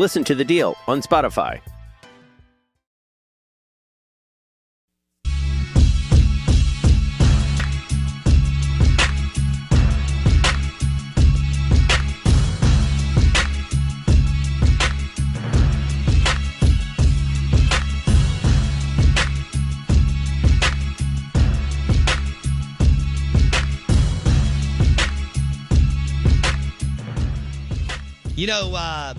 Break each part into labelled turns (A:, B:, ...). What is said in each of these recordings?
A: Listen to The Deal on Spotify.
B: You know, uh,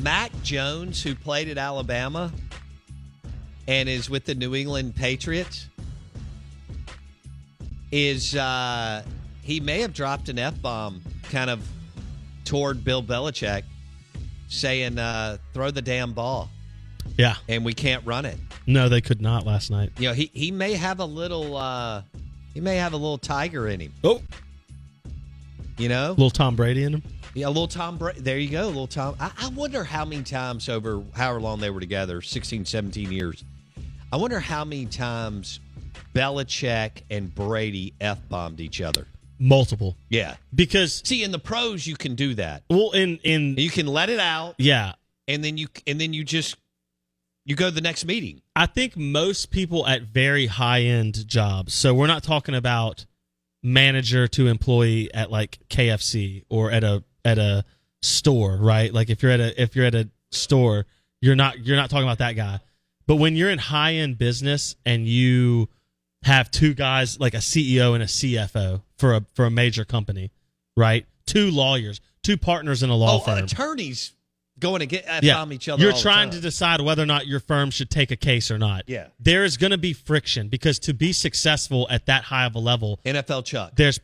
B: Mac Jones, who played at Alabama and is with the New England Patriots, is uh, he may have dropped an F bomb kind of toward Bill Belichick, saying, uh, throw the damn ball.
C: Yeah.
B: And we can't run it.
C: No, they could not last night.
B: You know, he, he may have a little uh, he may have a little tiger in him.
C: Oh.
B: You know?
C: little Tom Brady in him.
B: Yeah, little Tom. Bra- there you go, little Tom. I-, I wonder how many times over however long they were together 16, 17 years. I wonder how many times Belichick and Brady F bombed each other.
C: Multiple.
B: Yeah.
C: Because.
B: See, in the pros, you can do that.
C: Well, in. in
B: you can let it out.
C: Yeah.
B: And then you and then you just you go to the next meeting.
C: I think most people at very high end jobs. So we're not talking about manager to employee at like KFC or at a at a store, right? Like if you're at a if you're at a store, you're not you're not talking about that guy. But when you're in high end business and you have two guys like a CEO and a CFO for a for a major company, right? Two lawyers, two partners in a law oh, firm.
B: Attorneys going to get yeah. bomb each other.
C: You're trying to decide whether or not your firm should take a case or not.
B: Yeah.
C: There is going to be friction because to be successful at that high of a level,
B: NFL Chuck.
C: There's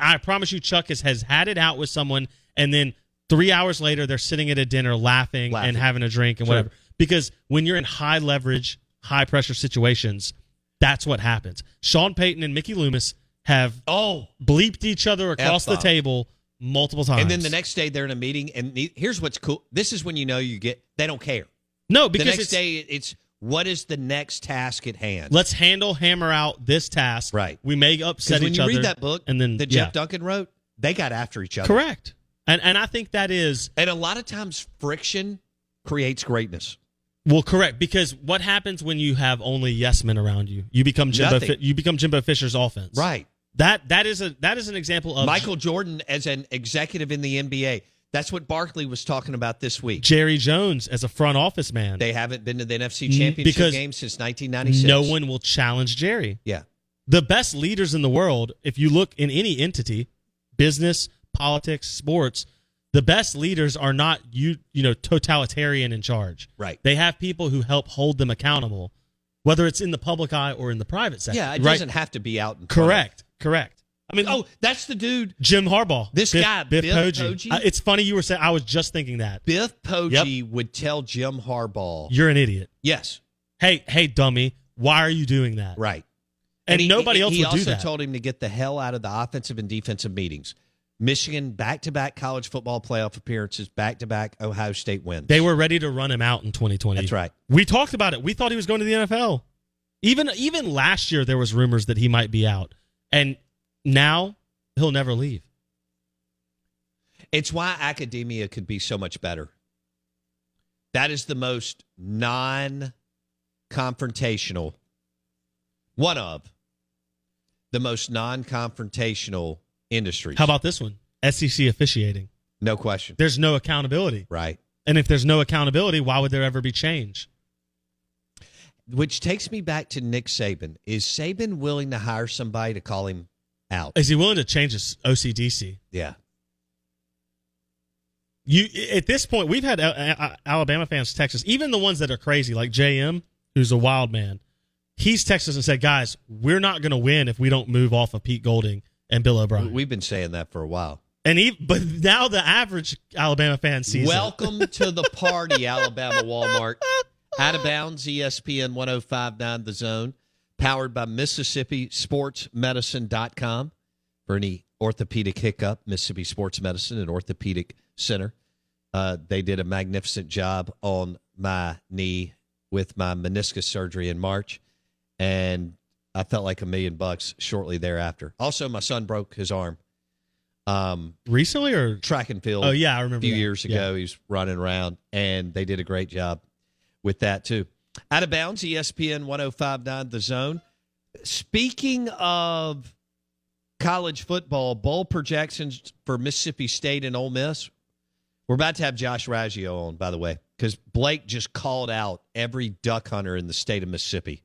C: I promise you Chuck has, has had it out with someone and then 3 hours later they're sitting at a dinner laughing, laughing. and having a drink and sure. whatever. Because when you're in high leverage, high pressure situations, that's what happens. Sean Payton and Mickey Loomis have
B: oh
C: bleeped each other across F-bomb. the table multiple times.
B: And then the next day they're in a meeting, and here's what's cool. This is when you know you get they don't care.
C: No, because
B: the next
C: it's,
B: day it's what is the next task at hand.
C: Let's handle hammer out this task.
B: Right.
C: We may upset
B: when
C: each
B: you
C: other.
B: Read that book,
C: and then
B: that
C: yeah.
B: Jeff Duncan wrote. They got after each other.
C: Correct. And and I think that is.
B: And a lot of times friction creates greatness.
C: Well, correct. Because what happens when you have only yes men around you? You become Jimbo. Nothing. you become Jimbo Fisher's offense.
B: Right.
C: That that is a that is an example of
B: Michael Jordan as an executive in the NBA. That's what Barkley was talking about this week.
C: Jerry Jones as a front office man.
B: They haven't been to the NFC Championship because game since 1996.
C: No one will challenge Jerry.
B: Yeah.
C: The best leaders in the world, if you look in any entity, business, politics, sports, the best leaders are not you you know totalitarian in charge.
B: Right.
C: They have people who help hold them accountable, whether it's in the public eye or in the private sector.
B: Yeah, it
C: right?
B: doesn't have to be out.
C: Correct. Of. Correct.
B: I mean, oh, that's the dude,
C: Jim Harbaugh.
B: This
C: Biff,
B: guy,
C: Biff,
B: Biff
C: Poggi.
B: Poggi?
C: Uh, it's funny you were saying. I was just thinking that
B: Biff Poggi yep. would tell Jim Harbaugh,
C: "You're an idiot."
B: Yes.
C: Hey, hey, dummy! Why are you doing that?
B: Right.
C: And, and he, nobody
B: he,
C: else
B: he
C: would do
B: also
C: that.
B: told him to get the hell out of the offensive and defensive meetings. Michigan back to back college football playoff appearances, back to back Ohio State wins.
C: They were ready to run him out in 2020.
B: That's right.
C: We talked about it. We thought he was going to the NFL. Even even last year there was rumors that he might be out. And now he'll never leave.
B: It's why academia could be so much better. That is the most non confrontational, one of the most non confrontational industries.
C: How about this one? SEC officiating.
B: No question.
C: There's no accountability.
B: Right.
C: And if there's no accountability, why would there ever be change?
B: Which takes me back to Nick Saban. Is Saban willing to hire somebody to call him out?
C: Is he willing to change his OCDC?
B: Yeah.
C: You at this point, we've had uh, Alabama fans, Texas, even the ones that are crazy, like JM, who's a wild man. He's texted us and said, "Guys, we're not going to win if we don't move off of Pete Golding and Bill O'Brien."
B: We've been saying that for a while.
C: And he, but now the average Alabama fan sees.
B: Welcome to the party, Alabama Walmart. Out of bounds, E ESPN 1059 The Zone, powered by Mississippi Sports Medicine.com for any orthopedic hiccup, Mississippi Sports Medicine and Orthopedic Center. Uh, they did a magnificent job on my knee with my meniscus surgery in March, and I felt like a million bucks shortly thereafter. Also, my son broke his arm. Um,
C: it. recently or
B: track and field.
C: oh yeah, I
B: a
C: remember
B: few
C: that.
B: years
C: Yeah.
B: ago. He was running around, and they did a great job with that, too. Out of bounds, E ESPN 1059 The Zone. Speaking of college football, bowl projections for Mississippi State and Ole Miss. We're about to have Josh Raggio on, by the way, because Blake just called out every duck hunter in the state of Mississippi.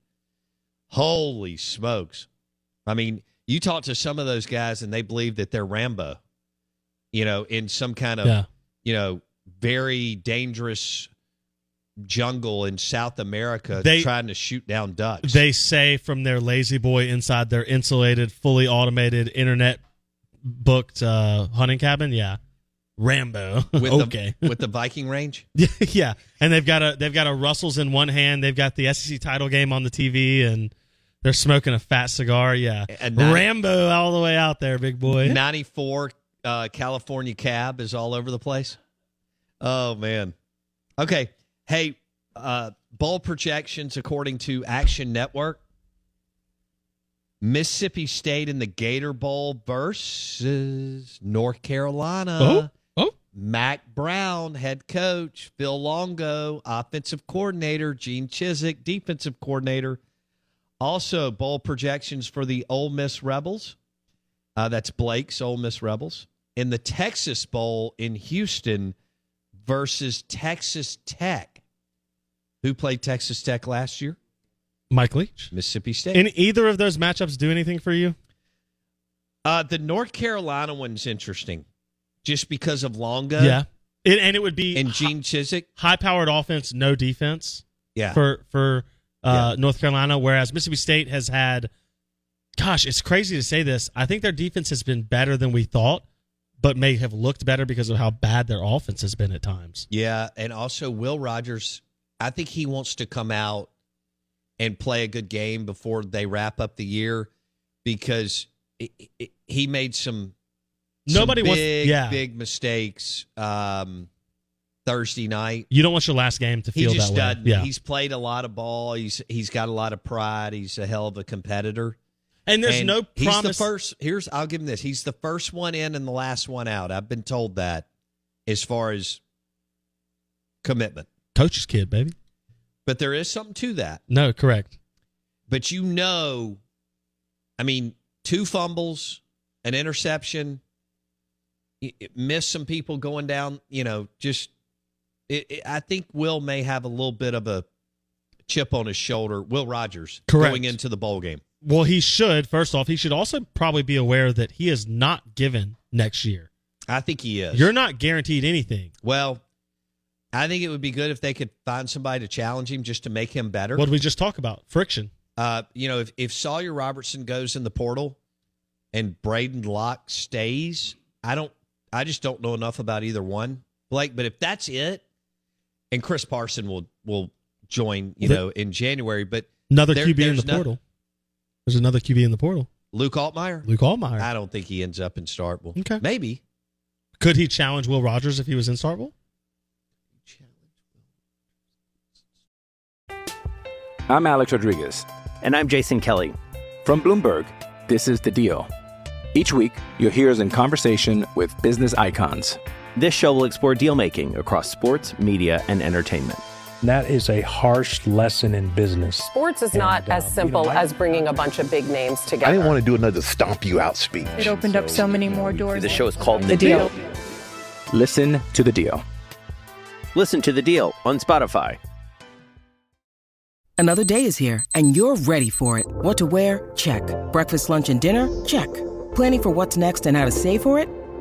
B: Holy smokes. I mean, you talk to some of those guys and they believe that they're Rambo, you know, in some kind of
C: Yeah.
B: you know, very dangerous jungle in South America
C: They-
B: trying to shoot down ducks.
C: They say from their lazy boy inside their insulated, fully automated, internet booked uh, hunting cabin. Yeah, Rambo.
B: with
C: okay.
B: the, with the Viking range.
C: yeah, and they've got a they've got a Russell's in one hand. They've got the SEC title game on the TV, and they're smoking a fat cigar. Yeah,
B: And not-
C: Rambo all the way out there, big boy.
B: 94 uh, California cab is all over the place. Oh, man. Okay. Hey, uh, bowl projections according to Action Network Mississippi State in the Gator Bowl versus North Carolina.
C: Oh, oh.
B: Mac Brown, head coach, Phil Longo, offensive coordinator, Gene Chiswick, defensive coordinator. Also, bowl projections for the Ole Miss Rebels. Uh, that's Blake's Ole Miss Rebels in the Texas Bowl in Houston versus Texas Tech. Who played Texas Tech last year?
C: Mike Leach.
B: Mississippi State.
C: In either of those matchups, do anything for you?
B: uh, the North Carolina one's interesting, just because of Longo
C: It, and it would be
B: and Gene Chiswick.
C: high powered offense, no defense.
B: Yeah,
C: for for uh, North Carolina, whereas Mississippi State has had, gosh, it's crazy to say this. I think their defense has been better than we thought, but may have looked better because of how bad their offense has been at times.
B: yeah, and also Will Rogers. I think he wants to come out and play a good game before they wrap up the year because i i he made some some
C: Nobody wants-
B: big,
C: yeah.
B: big mistakes um, Thursday night.
C: You don't want your last game to
B: He
C: feel
B: just
C: that way.
B: doesn't.
C: Yeah,
B: He's played a lot of ball. He's he's got a lot of pride. He's a hell of a competitor.
C: and there's
B: And
C: no
B: He's the
C: promise.
B: first. Here's I'll give him this. He's the first one in and the last one out. I've been told that as far as commitment.
C: coach's kid, baby.
B: But there is something to that.
C: No, correct.
B: But you know, I mean, two fumbles, an interception, y- y- miss some people going down. You know, just it, it, I think Will may have a little bit of a chip on his shoulder. Will Rogers
C: Correct.
B: going into the bowl game.
C: Well, he should. First off, he should also probably be aware that he is not given next year.
B: I think he is.
C: You're not guaranteed anything.
B: Well, I think it would be good if they could find somebody to challenge him just to make him better.
C: What did we just talk about? Friction.
B: Uh, you know, if, if Sawyer Robertson goes in the portal and Braden Locke stays, I don't I just don't know enough about either one, Blake. But if that's it, and Chris Parson will will join, you
C: The-
B: know, in January. But
C: Another
B: There-
C: QB in
B: there's
C: the
B: no-
C: portal. There's another QB in the portal.
B: Luke Altmaier,
C: Luke Allmeyer.
B: I don't think he ends up in Starkville.
C: Okay.
B: Maybe.
C: Could he challenge Will Rogers if he was in Star Bowl?
D: I'm Alex Rodriguez.
A: And I'm Jason Kelly.
D: From Bloomberg, this is The Deal. Each week, you'll hear us in conversation with business icons.
A: This show will explore deal making across sports, media, and entertainment.
E: And that is a harsh lesson in business.
F: Sports is not
E: And,
F: as
E: um,
F: simple
E: you know, I-
F: as bringing a bunch of big names together.
G: I didn't want to do another stomp you out speech.
H: It opened up so many more doors.
A: The show is called The,
H: The Deal.
D: Listen to The Deal.
A: Listen to The Deal on Spotify.
I: Another day is here, and you're ready for it. What to wear? Check. Breakfast, lunch, and dinner? Check. Planning for what's next and how to save for it?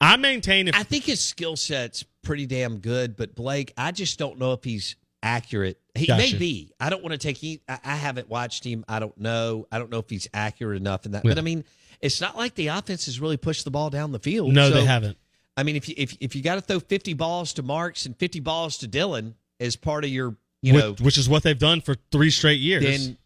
C: I maintain if
B: I think his skill set's pretty damn good, but Blake, I just don't know if he's accurate. He may
C: Gotcha.
B: be. I don't want to take. He, I, I haven't watched him. I don't know. I don't know if he's accurate enough in that. But
C: Yeah.
B: I mean, it's not like the offense has really pushed the ball down the field.
C: no,
B: So,
C: they haven't.
B: I mean, if you if if you got to throw fifty balls to Marks and fifty balls to Dylan as part of your, you
C: Which-
B: know,
C: which is what they've done for three straight years.
B: then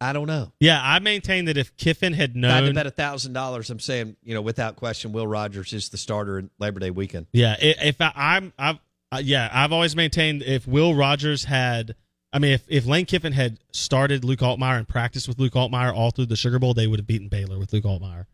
B: I don't know.
C: yeah, I maintain that if Kiffin had
B: I'd
C: known
B: bet a thousand dollars. I'm saying, you know, without question, Will Rogers is the starter in Labor Day weekend.
C: Yeah, i- if I, I'm, I've, uh, yeah, I've always maintained if Will Rogers had, I mean, if if Lane Kiffin had started Luke Altmaier and practiced with Luke Altmaier all through the Sugar Bowl, they would have beaten Baylor with Luke Altmaier.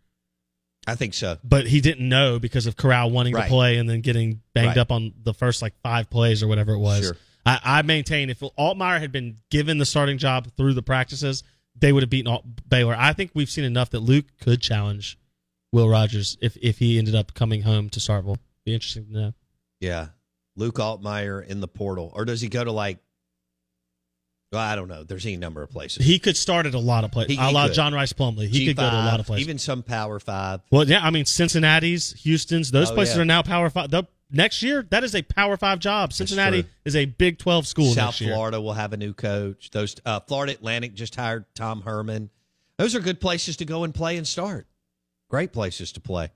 B: I think so.
C: But he didn't know because of Corral wanting
B: Right.
C: to play and then getting banged
B: Right.
C: up on the first like five plays or whatever it was.
B: Sure.
C: I, I maintain if Altmaier had been given the starting job through the practices, they would have beaten Alt- Baylor. I think we've seen enough that Luke could challenge Will Rogers if if he ended up coming home to Starville. Be interesting to know.
B: Yeah. Luke Altmaier in the portal. Or does he go to like, well, I don't know. There's any number of places.
C: He could start at a lot of
B: He-
C: places.
B: he
C: A la
B: could.
C: John Rice Plumley. He could go to a lot of
B: G5,
C: places.
B: Even some Power Five.
C: well, yeah, I mean Cincinnati's, Houston's, those
B: Oh,
C: places
B: yeah.
C: are now Power Five. The, next year, that is a Power Five job. Cincinnati
B: true.
C: is a Big Twelve school
B: South
C: next year.
B: Florida will have a new coach. Those uh, Florida Atlantic just hired Tom Herman. Those are good places to go and play and start. Great places to play.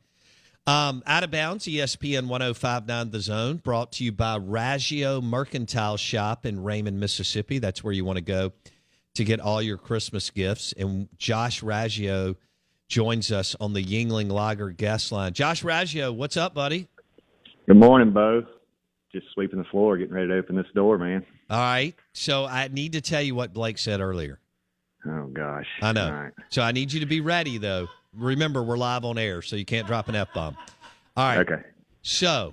B: Um, out of bounds, ESPN 1059 The Zone, brought to you by Raggio Mercantile Shop in Raymond, Mississippi. That's where you want to go to get all your Christmas gifts. And Josh Raggio joins us on the Yingling Lager guest line. Josh Raggio, what's up, buddy?
J: Good morning, Bo. Just sweeping the floor, getting ready to open this door, man.
B: All right. So I need to tell you what Blake said earlier.
J: Oh gosh.
B: I know.
J: All right.
B: So I need you to be ready, though. Remember, we're live on air, so you can't drop an F bomb. All right.
J: Okay.
B: So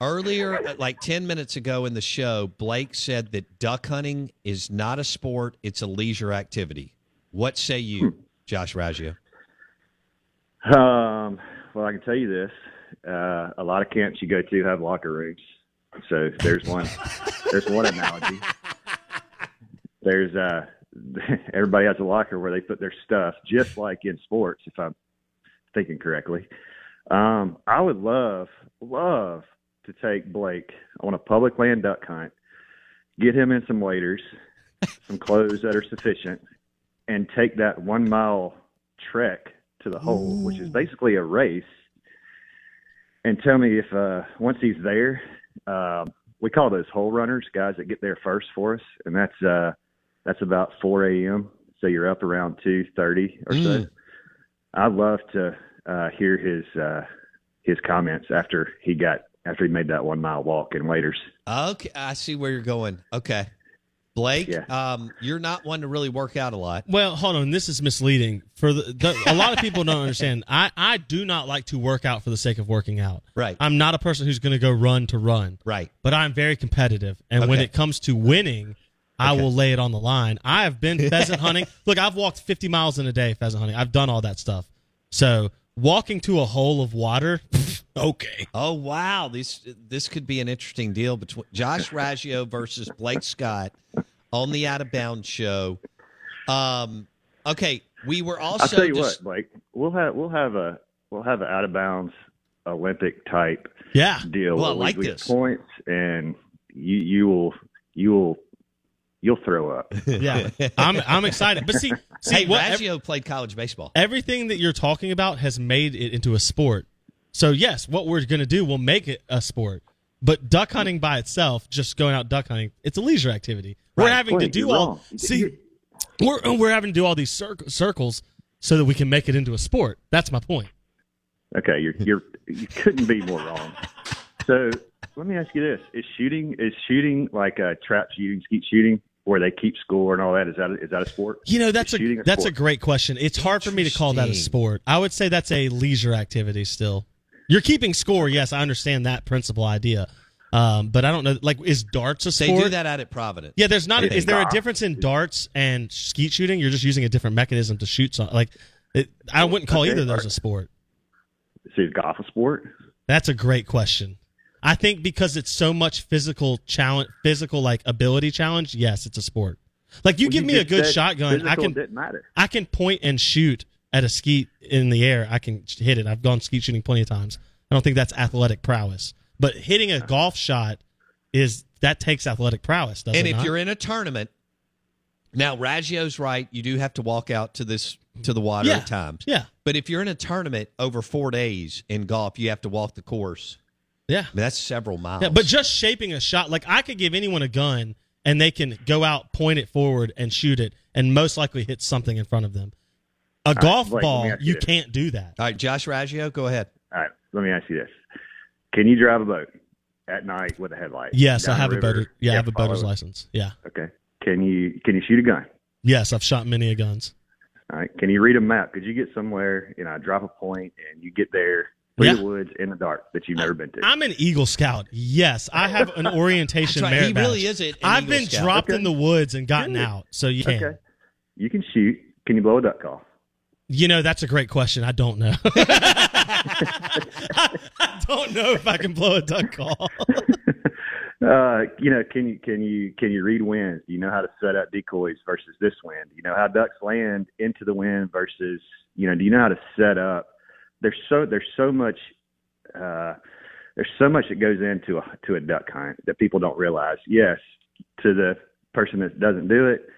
B: earlier, like 10 minutes ago in the show, Blake said that duck hunting is not a sport, it's a leisure activity. What say you,
J: Hmm.
B: Josh Raggio?
J: Um, well, I can tell you this: uh, a lot of camps you go to have locker rooms. So there's one. there's one analogy. There's uh, everybody has a locker where they put their stuff, just like in sports, if I'm thinking correctly. Um, I would love, love to take Blake on a public land duck hunt, get him in some waders, some clothes that are sufficient, and take that one mile trek to the hole, which is basically a race. And tell me if uh, once he's there, um, we call those hole runners, guys that get there first for us, and that's uh, that's about 4 a.m. So you're up around 2:30 or so.
B: Mm.
J: I'd love to uh, hear his uh, his comments after he got after he made that one mile walk in waders.
B: Okay. I see where you're going. Okay. Blake,
J: Yeah.
B: um, you're not one to really work out a lot.
C: Well, hold on. This is misleading for the, the a lot of people don't understand. I I do not like to work out for the sake of working out.
B: Right.
C: I'm not a person who's going to go run to run.
B: Right.
C: But I'm very competitive, and when
B: Okay.
C: it comes to winning, I will lay it on the line. I have been pheasant hunting. Look, I've walked 50 miles in a day pheasant hunting. I've done all that stuff. So walking to a hole of water, okay.
B: Oh wow, this this could be an interesting deal between Josh Raggio versus Blake Scott on the Out of Bounds show. Um, okay, we were also
J: I'll tell you
B: just-
J: what, Blake, we'll have we'll have a we'll have an out of bounds Olympic type
C: Yeah.
J: deal.
B: Well, I
J: where we-
B: like
J: we
B: this.
J: points and you you will you will you'll throw up.
C: Yeah, I'm I'm excited. But see, see
B: hey,
C: what
B: Raggio played college baseball.
C: everything that you're talking about has made it into a sport. So yes, what we're gonna do will make it a sport. But duck hunting by itself, just going out duck hunting, it's a leisure activity. We're
B: Right.
C: having to
J: Wait,
C: do
J: you're
C: all
J: wrong.
C: see, we're we're having to do all these cir- circles so that we can make it into a sport. That's my point.
J: Okay, you're you're you couldn't be more wrong. So let me ask you this: Is shooting is shooting like a trap shooting, skeet shooting, where they keep score and all that? Is that a, is that a sport?
C: You know, that's
J: Is
C: a
J: shooting
C: that's a
J: sport?
C: great question. It's hard for me to call that a
B: Interesting.
C: sport. I would say that's a leisure activity still. You're keeping score, yes, I understand that principle idea. Um, but I don't know like is darts a
B: They
C: sport?
B: do that out at Providence.
C: Yeah, there's not.
J: It
C: Is
J: is
C: there a
J: not.
C: difference in darts and skeet shooting? You're just using a different mechanism to shoot something. Like, it, I wouldn't call
J: Okay,
C: either of those
J: alright.
C: a sport.
J: So is golf a sport?
C: That's a great question. I think because it's so much physical challenge, physical like ability challenge. Yes, it's a sport. Like you
J: Well,
C: give me a
J: just
C: good
J: said
C: shotgun, I
J: physical
C: can
J: Didn't matter.
C: I can point and shoot at a skeet in the air. I can sh- hit it. I've gone skeet shooting plenty of times. I don't think that's athletic prowess, but hitting a golf shot is that takes athletic prowess, doesn't
B: and
C: it?
B: if
C: not?
B: you're in a tournament, now Raggio's right. You do have to walk out to this to the water
C: yeah,
B: at times.
C: yeah,
B: But if you're in a tournament over four days in golf, you have to walk the course.
C: yeah.
B: I mean, that's several miles.
C: Yeah, but just shaping a shot, like I could give anyone a gun and they can go out, point it forward, and shoot it, and most likely hit something in front of them. A golf
J: wait, let me
C: ball,
J: ask you
C: you
J: this.
C: can't do that.
B: all right, Josh Raggio, go ahead.
J: All right, let me ask you this: Can you drive a boat at night with a headlight?
C: Yes, I
J: Down
C: have
J: the
C: a
J: river?
C: boater. Yeah, I have a
J: follow
C: boater's
J: it.
C: license. Yeah.
J: Okay. Can you can you shoot a gun?
C: Yes, I've shot many a guns.
J: All right. Can you read a map? Could you get somewhere, you know, drop a point and you get there through
C: Yeah.
J: the woods in the dark that you've never been to?
C: I'm an Eagle Scout. Yes, I have an orientation.
B: That's right, he
C: merit
B: really
C: badge.
B: is it.
C: I've been dropped in the woods and gotten
J: Really?
C: out, so you can.
J: okay. You can shoot. Can you blow a duck call?
C: You know, that's a great question. I don't know. I, I don't know if I can blow a duck call.
J: Uh, you know, can you can you can you read winds? Do you know how to set up decoys versus this wind? Do you know how ducks land into the wind versus you know? Do you know how to set up? There's so there's so much uh, there's so much that goes into a to a duck hunt that people don't realize. Yes, to the person that doesn't do it,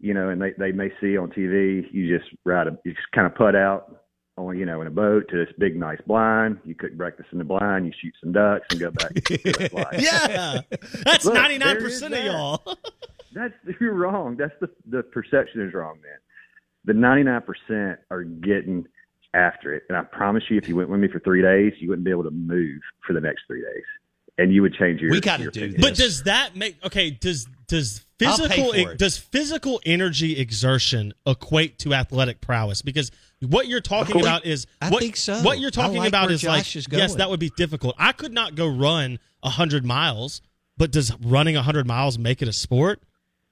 J: you know, and they they may see on TV. You just ride a you just kind of put out on you know in a boat to this big nice blind. You cook breakfast in the blind. You shoot some ducks and go back. to the blind.
C: Yeah. That's
J: Look, there is
C: 99% of
J: that.
C: y'all.
J: That's you're wrong. That's the the perception is wrong, man. The ninety nine percent are getting after it, and I promise you, if you went with me for three days, you wouldn't be able to move for the next three days, and you would change your.
B: We gotta
J: your
B: do
J: opinion.
B: this.
C: But does that make okay, does does
B: I'll pay
C: physical e,
B: for it.
C: does physical energy exertion equate to athletic prowess? Because what you're talking
B: course.
C: about is
B: I
C: what,
B: think so.
C: what you're
B: I
C: talking
B: like
C: about
B: where
C: is
B: Josh
C: like
B: is
C: yes,
B: going.
C: that would be difficult. I could not go run 100 miles, but does running 100 miles make it a sport?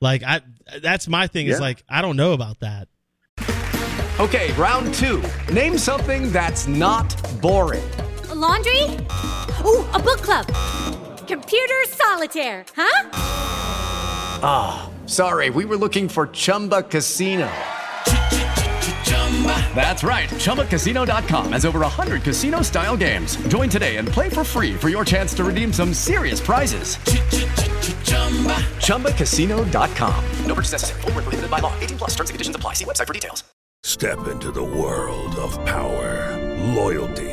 C: Like I that's my thing is
J: Yeah.
C: like I don't know about that.
I: Okay, round two. Name something that's not boring.
K: laundry? Ooh, a book club. Computer solitaire, huh?
I: Ah, Sorry, we were looking for Chumba Casino. That's right. ChumbaCasino.com has over 100 casino style games. Join today and play for free for your chance to redeem some serious prizes. ChumbaCasino.com. No purchase necessary. Void where prohibited by law. 18 plus terms and conditions apply. See website for details.
L: Step into the world of power, loyalty,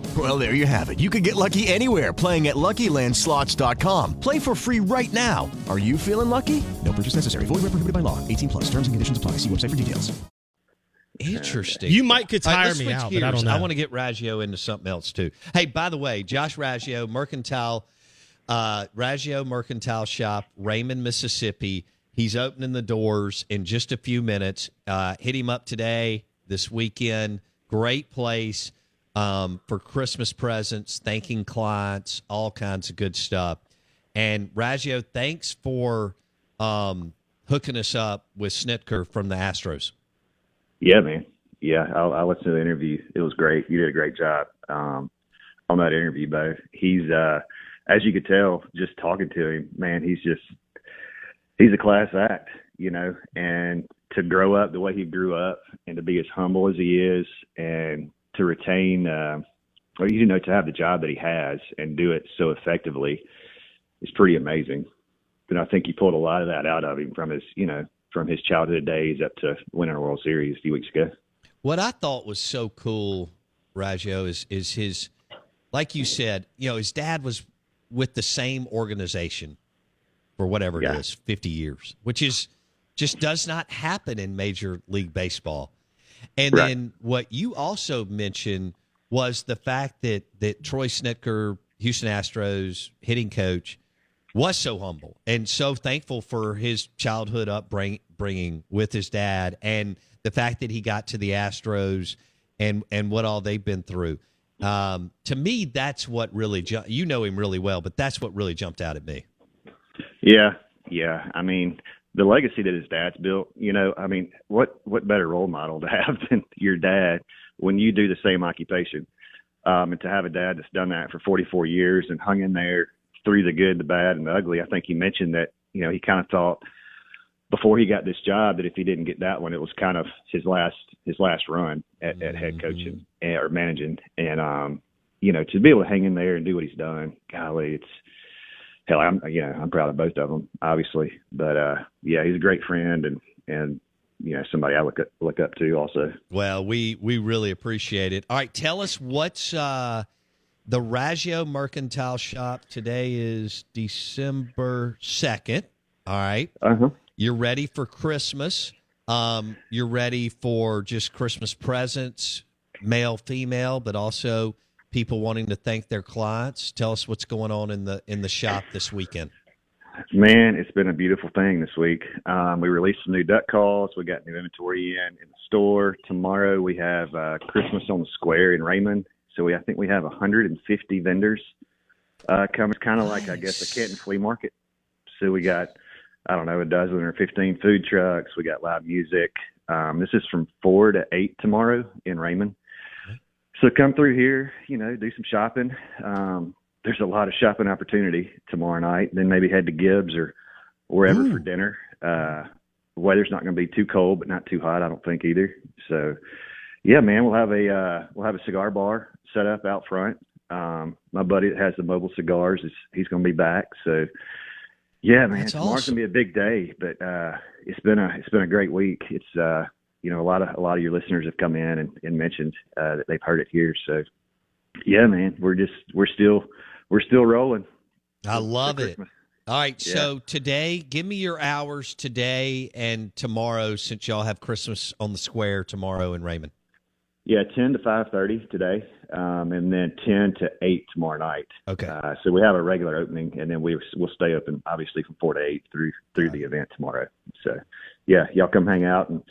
M: Well, there you have it. You can get lucky anywhere playing at LuckyLandSlots.com. Play for free right now. Are you feeling lucky? No purchase necessary. Void where prohibited by law. 18 plus. Terms and conditions apply. See website for details.
B: Interesting.
C: You might could
B: All
C: tire
B: let's
C: me
B: switch
C: out, but I
B: gears.
C: don't know.
B: I want to get Raggio into something else too. Hey, by the way, Josh Raggio, Mercantile, uh, Raggio Mercantile Shop, Raymond, Mississippi. He's opening the doors in just a few minutes. Uh, hit him up today, this weekend. Great place um, for Christmas presents, thanking clients, all kinds of good stuff. And Raggio, thanks for um, hooking us up with Snitker from the Astros.
J: Yeah, man. Yeah, I, I listened to the interview. It was great. You did a great job um, on that interview, Bo. He's, uh, as you could tell, just talking to him, man. He's just he's a class act, you know. And to grow up the way he grew up, and to be as humble as he is, and to retain, uh, or you know, to have the job that he has and do it so effectively, is pretty amazing. And I think he pulled a lot of that out of him from his, you know, from his childhood days up to winning a World Series a few weeks ago.
B: What I thought was so cool, Raggio, is is his like you said, you know, his dad was with the same organization for whatever
J: Yeah.
B: it is, fifty years, which is just does not happen in major league baseball. And
J: Right.
B: then what you also mentioned was the fact that that Troy Snitker, Houston Astros hitting coach, was so humble and so thankful for his childhood upbringing with his dad and the fact that he got to the Astros and and what all they've been through. Um, to me, that's what really ju- you know him really well, but that's what really jumped out at me.
J: Yeah, yeah. I mean, the legacy that his dad's built. You know, I mean, what what better role model to have than your dad when you do the same occupation, um, and to have a dad that's done that for 44 years and hung in there through the good, the bad, and the ugly. I think he mentioned that. You know, he kind of thought before he got this job that if he didn't get that one, it was kind of his last his last run at, at head coaching eh, or managing, and um, you know, to be able to hang in there and do what he's done. Golly, it's hell, I'm you know I'm proud of both of them, obviously. But uh, yeah, he's a great friend and and you know somebody I look up, look up to also.
B: Well, we we really appreciate it. All right, tell us what's uh the Raggio Mercantile Shop. Today is December second. All right.
J: Uh-huh.
B: You're ready for Christmas. Um, you're ready for just Christmas presents, male, female, but also people wanting to thank their clients. Tell us what's going on in the in the shop this weekend.
J: Man, it's been a beautiful thing this week. Um, we released some new duck calls. We got new inventory in in the store. Tomorrow we have uh, Christmas on the Square in Raymond. So we I think we have 150 vendors uh, coming. Kind of like I guess a Canton flea market. So we got I don't know a dozen or 15 food trucks. We got live music. Um, this is from four to eight tomorrow in Raymond. So come through here, you know, do some shopping. Um, there's a lot of shopping opportunity tomorrow night. Then maybe head to Gibbs or wherever for dinner. Uh, the weather's not going to be too cold, but not too hot, I don't think either. So, yeah, man, we'll have a uh, we'll have a cigar bar set up out front. Um, my buddy that has the mobile cigars is he's going to be back. So, yeah, man,
B: That's
J: tomorrow's
B: awesome.
J: going to be a big day, but uh, it's been a it's been a great week. It's uh, you know a lot of a lot of your listeners have come in and, and mentioned uh, that they've heard it here. So, yeah, man, we're just we're still we're still rolling.
B: I love it.
J: Christmas.
B: All right,
J: Yeah.
B: so today, give me your hours today and tomorrow, since y'all have Christmas on the square tomorrow in Raymond.
J: Yeah, ten to five thirty today, um, and then ten to eight tomorrow night.
B: Okay.
J: Uh, so we have a regular opening, and then we we'll stay open obviously from four to eight through through the event tomorrow. So, yeah, y'all come hang out and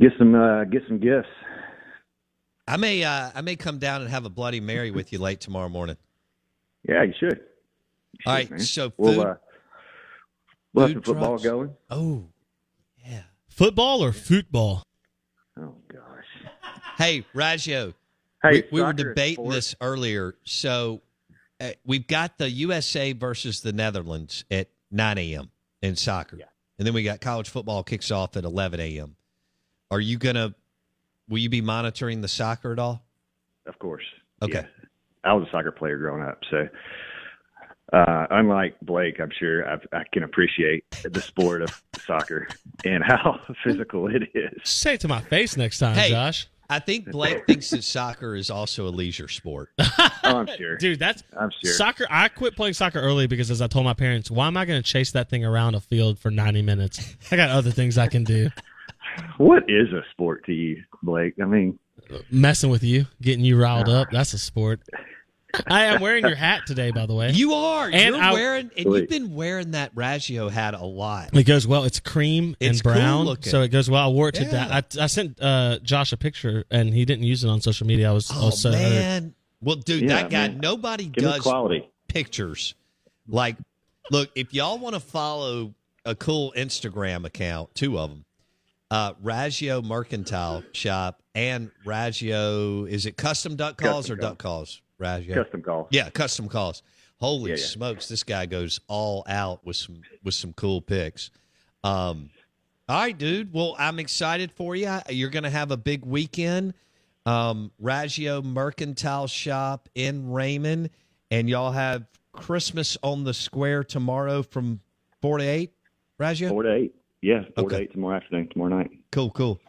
J: get some uh, get some gifts.
B: I may, uh, I may come down and have a Bloody Mary with you late tomorrow morning.
J: Yeah, you should. You
B: All
J: should,
B: right,
J: man.
B: so
J: we'll
B: food-
J: uh, we'll have
B: food
J: some football
B: trucks.
J: going.
B: Oh,
C: Football or football?
J: Oh gosh.
B: hey, Raggio.
J: Hey,
B: we, we were
J: soccer is
B: debating
J: sport.
B: this earlier. So uh, we've got the USA versus the Netherlands at 9 a.m. in soccer, and then we got college football kicks off at 11 a.m. Are you gonna? Will you be monitoring the soccer at all?
J: Of course.
B: Okay.
J: Yeah. I was a soccer player growing up, so uh, unlike Blake, I'm sure I've, I can appreciate the sport of soccer and how physical it is.
C: Say it to my face next time,
B: Hey.
C: Josh.
B: I think Blake thinks that soccer is also a leisure sport.
J: Oh, I'm sure,
C: Dude, that's
J: I'm sure.
C: soccer. I quit playing soccer early because, as I told my parents, why am I going to chase that thing around a field for 90 minutes? I got other things I can do.
J: What is a sport to you, Blake? I mean,
C: Messing with you, getting you riled up. That's a sport. I am wearing your hat today, by the way.
B: You are.
C: And
B: You're
C: I-
B: wearing, and you've been wearing that Raggio hat a lot.
C: It goes well. It's cream
B: It's
C: and brown,
B: cool looking.
C: so it goes well. I wore it to
B: Yeah.
C: that. I, I sent uh, Josh a picture, and he didn't use it on social media. I was
B: Oh
C: also
B: man. Well, dude,
C: Yeah,
B: that guy.
C: man.
B: Nobody
C: Give me
B: does
C: quality.
B: pictures. Like, look, if y'all want to follow a cool Instagram account, two of them, uh, Raggio Mercantile Shop and Raggio. Is it custom duck calls
J: Custom
B: or
J: calls.
B: duck calls? Raggio
J: Custom calls.
B: Yeah, custom calls. Holy
J: Yeah, yeah.
B: smokes, this guy goes all out with some with some cool picks. Um, all right, dude. Well, I'm excited for you. You're going to have a big weekend. Um, Raggio Mercantile Shop in Raymond, and y'all have Christmas on the Square tomorrow from four to eight. Raggio,
J: four to eight. Yeah, four to eight tomorrow afternoon, tomorrow night.
B: Cool, cool.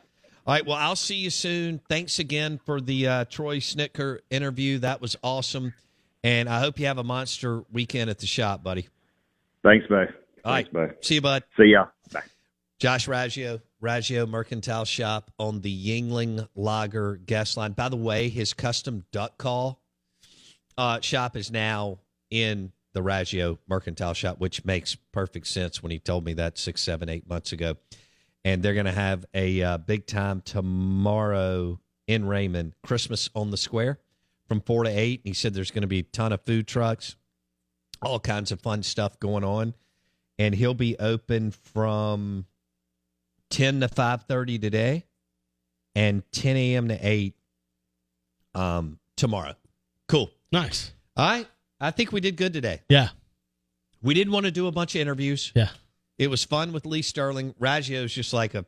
B: All right. Well, I'll see you soon. Thanks again for the uh, Troy Snicker interview. That was awesome. And I hope you have a monster weekend at the shop, buddy.
J: Thanks, bud.
B: All right.
J: Thanks, bud.
B: See you, bud.
J: See ya. Bye.
B: Josh Raggio, Raggio Mercantile Shop on the Yingling Lager guest line. By the way, his custom duck call uh, shop is now in the Raggio Mercantile Shop, which makes perfect sense when he told me that six, seven, eight months ago. And they're going to have a uh, big time tomorrow in Raymond, Christmas on the Square from four to eight. And he said there's going to be a ton of food trucks, all kinds of fun stuff going on. And he'll be open from 10 to 5.30 today and 10 a.m. to 8 um, tomorrow. Cool.
C: Nice.
B: All right. I think we did good today.
C: Yeah.
B: We didn't want to do a bunch of interviews.
C: Yeah.
B: It was fun with Lee Sterling. Raggio's just like a,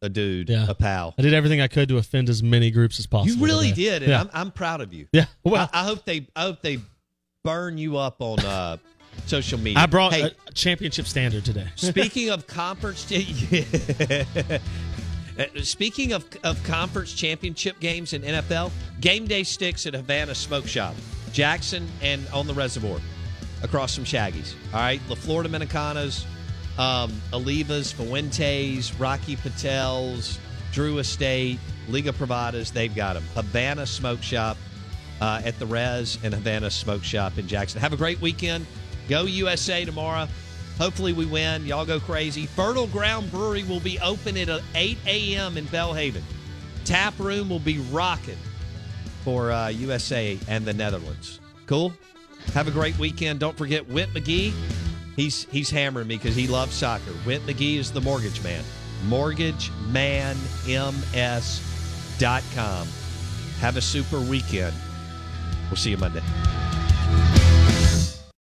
B: a dude,
C: Yeah.
B: a pal.
C: I did everything I could to offend as many groups as possible.
B: You really
C: today.
B: did, and
C: Yeah.
B: I'm, I'm proud of you.
C: Yeah,
B: Well, I, I hope they I hope they burn you up on uh, social media.
C: I brought
B: Hey,
C: a a championship standard today.
B: Speaking of conference, Uh, speaking of of conference championship games in NFL, game day sticks at Havana Smoke Shop, Jackson, and on the Reservoir, across from Shaggy's. All right, La Florida Dominicanas, um, Olivas, Fuentes, Rocky Patels, Drew Estate, Liga Privadas. They've got them. Havana Smoke Shop uh, at the Res and Havana Smoke Shop in Jackson. Have a great weekend. Go USA tomorrow. Hopefully we win. Y'all go crazy. Fertile Ground Brewery will be open at uh, 8 a.m. in Bellhaven. Tap room will be rocking for uh, USA and the Netherlands. Cool. Have a great weekend. Don't forget Whit McGee. He's he's hammering me because he loves soccer. Whit McGee is the mortgage man. MortgageManMS.com. Have a super weekend. We'll see you Monday.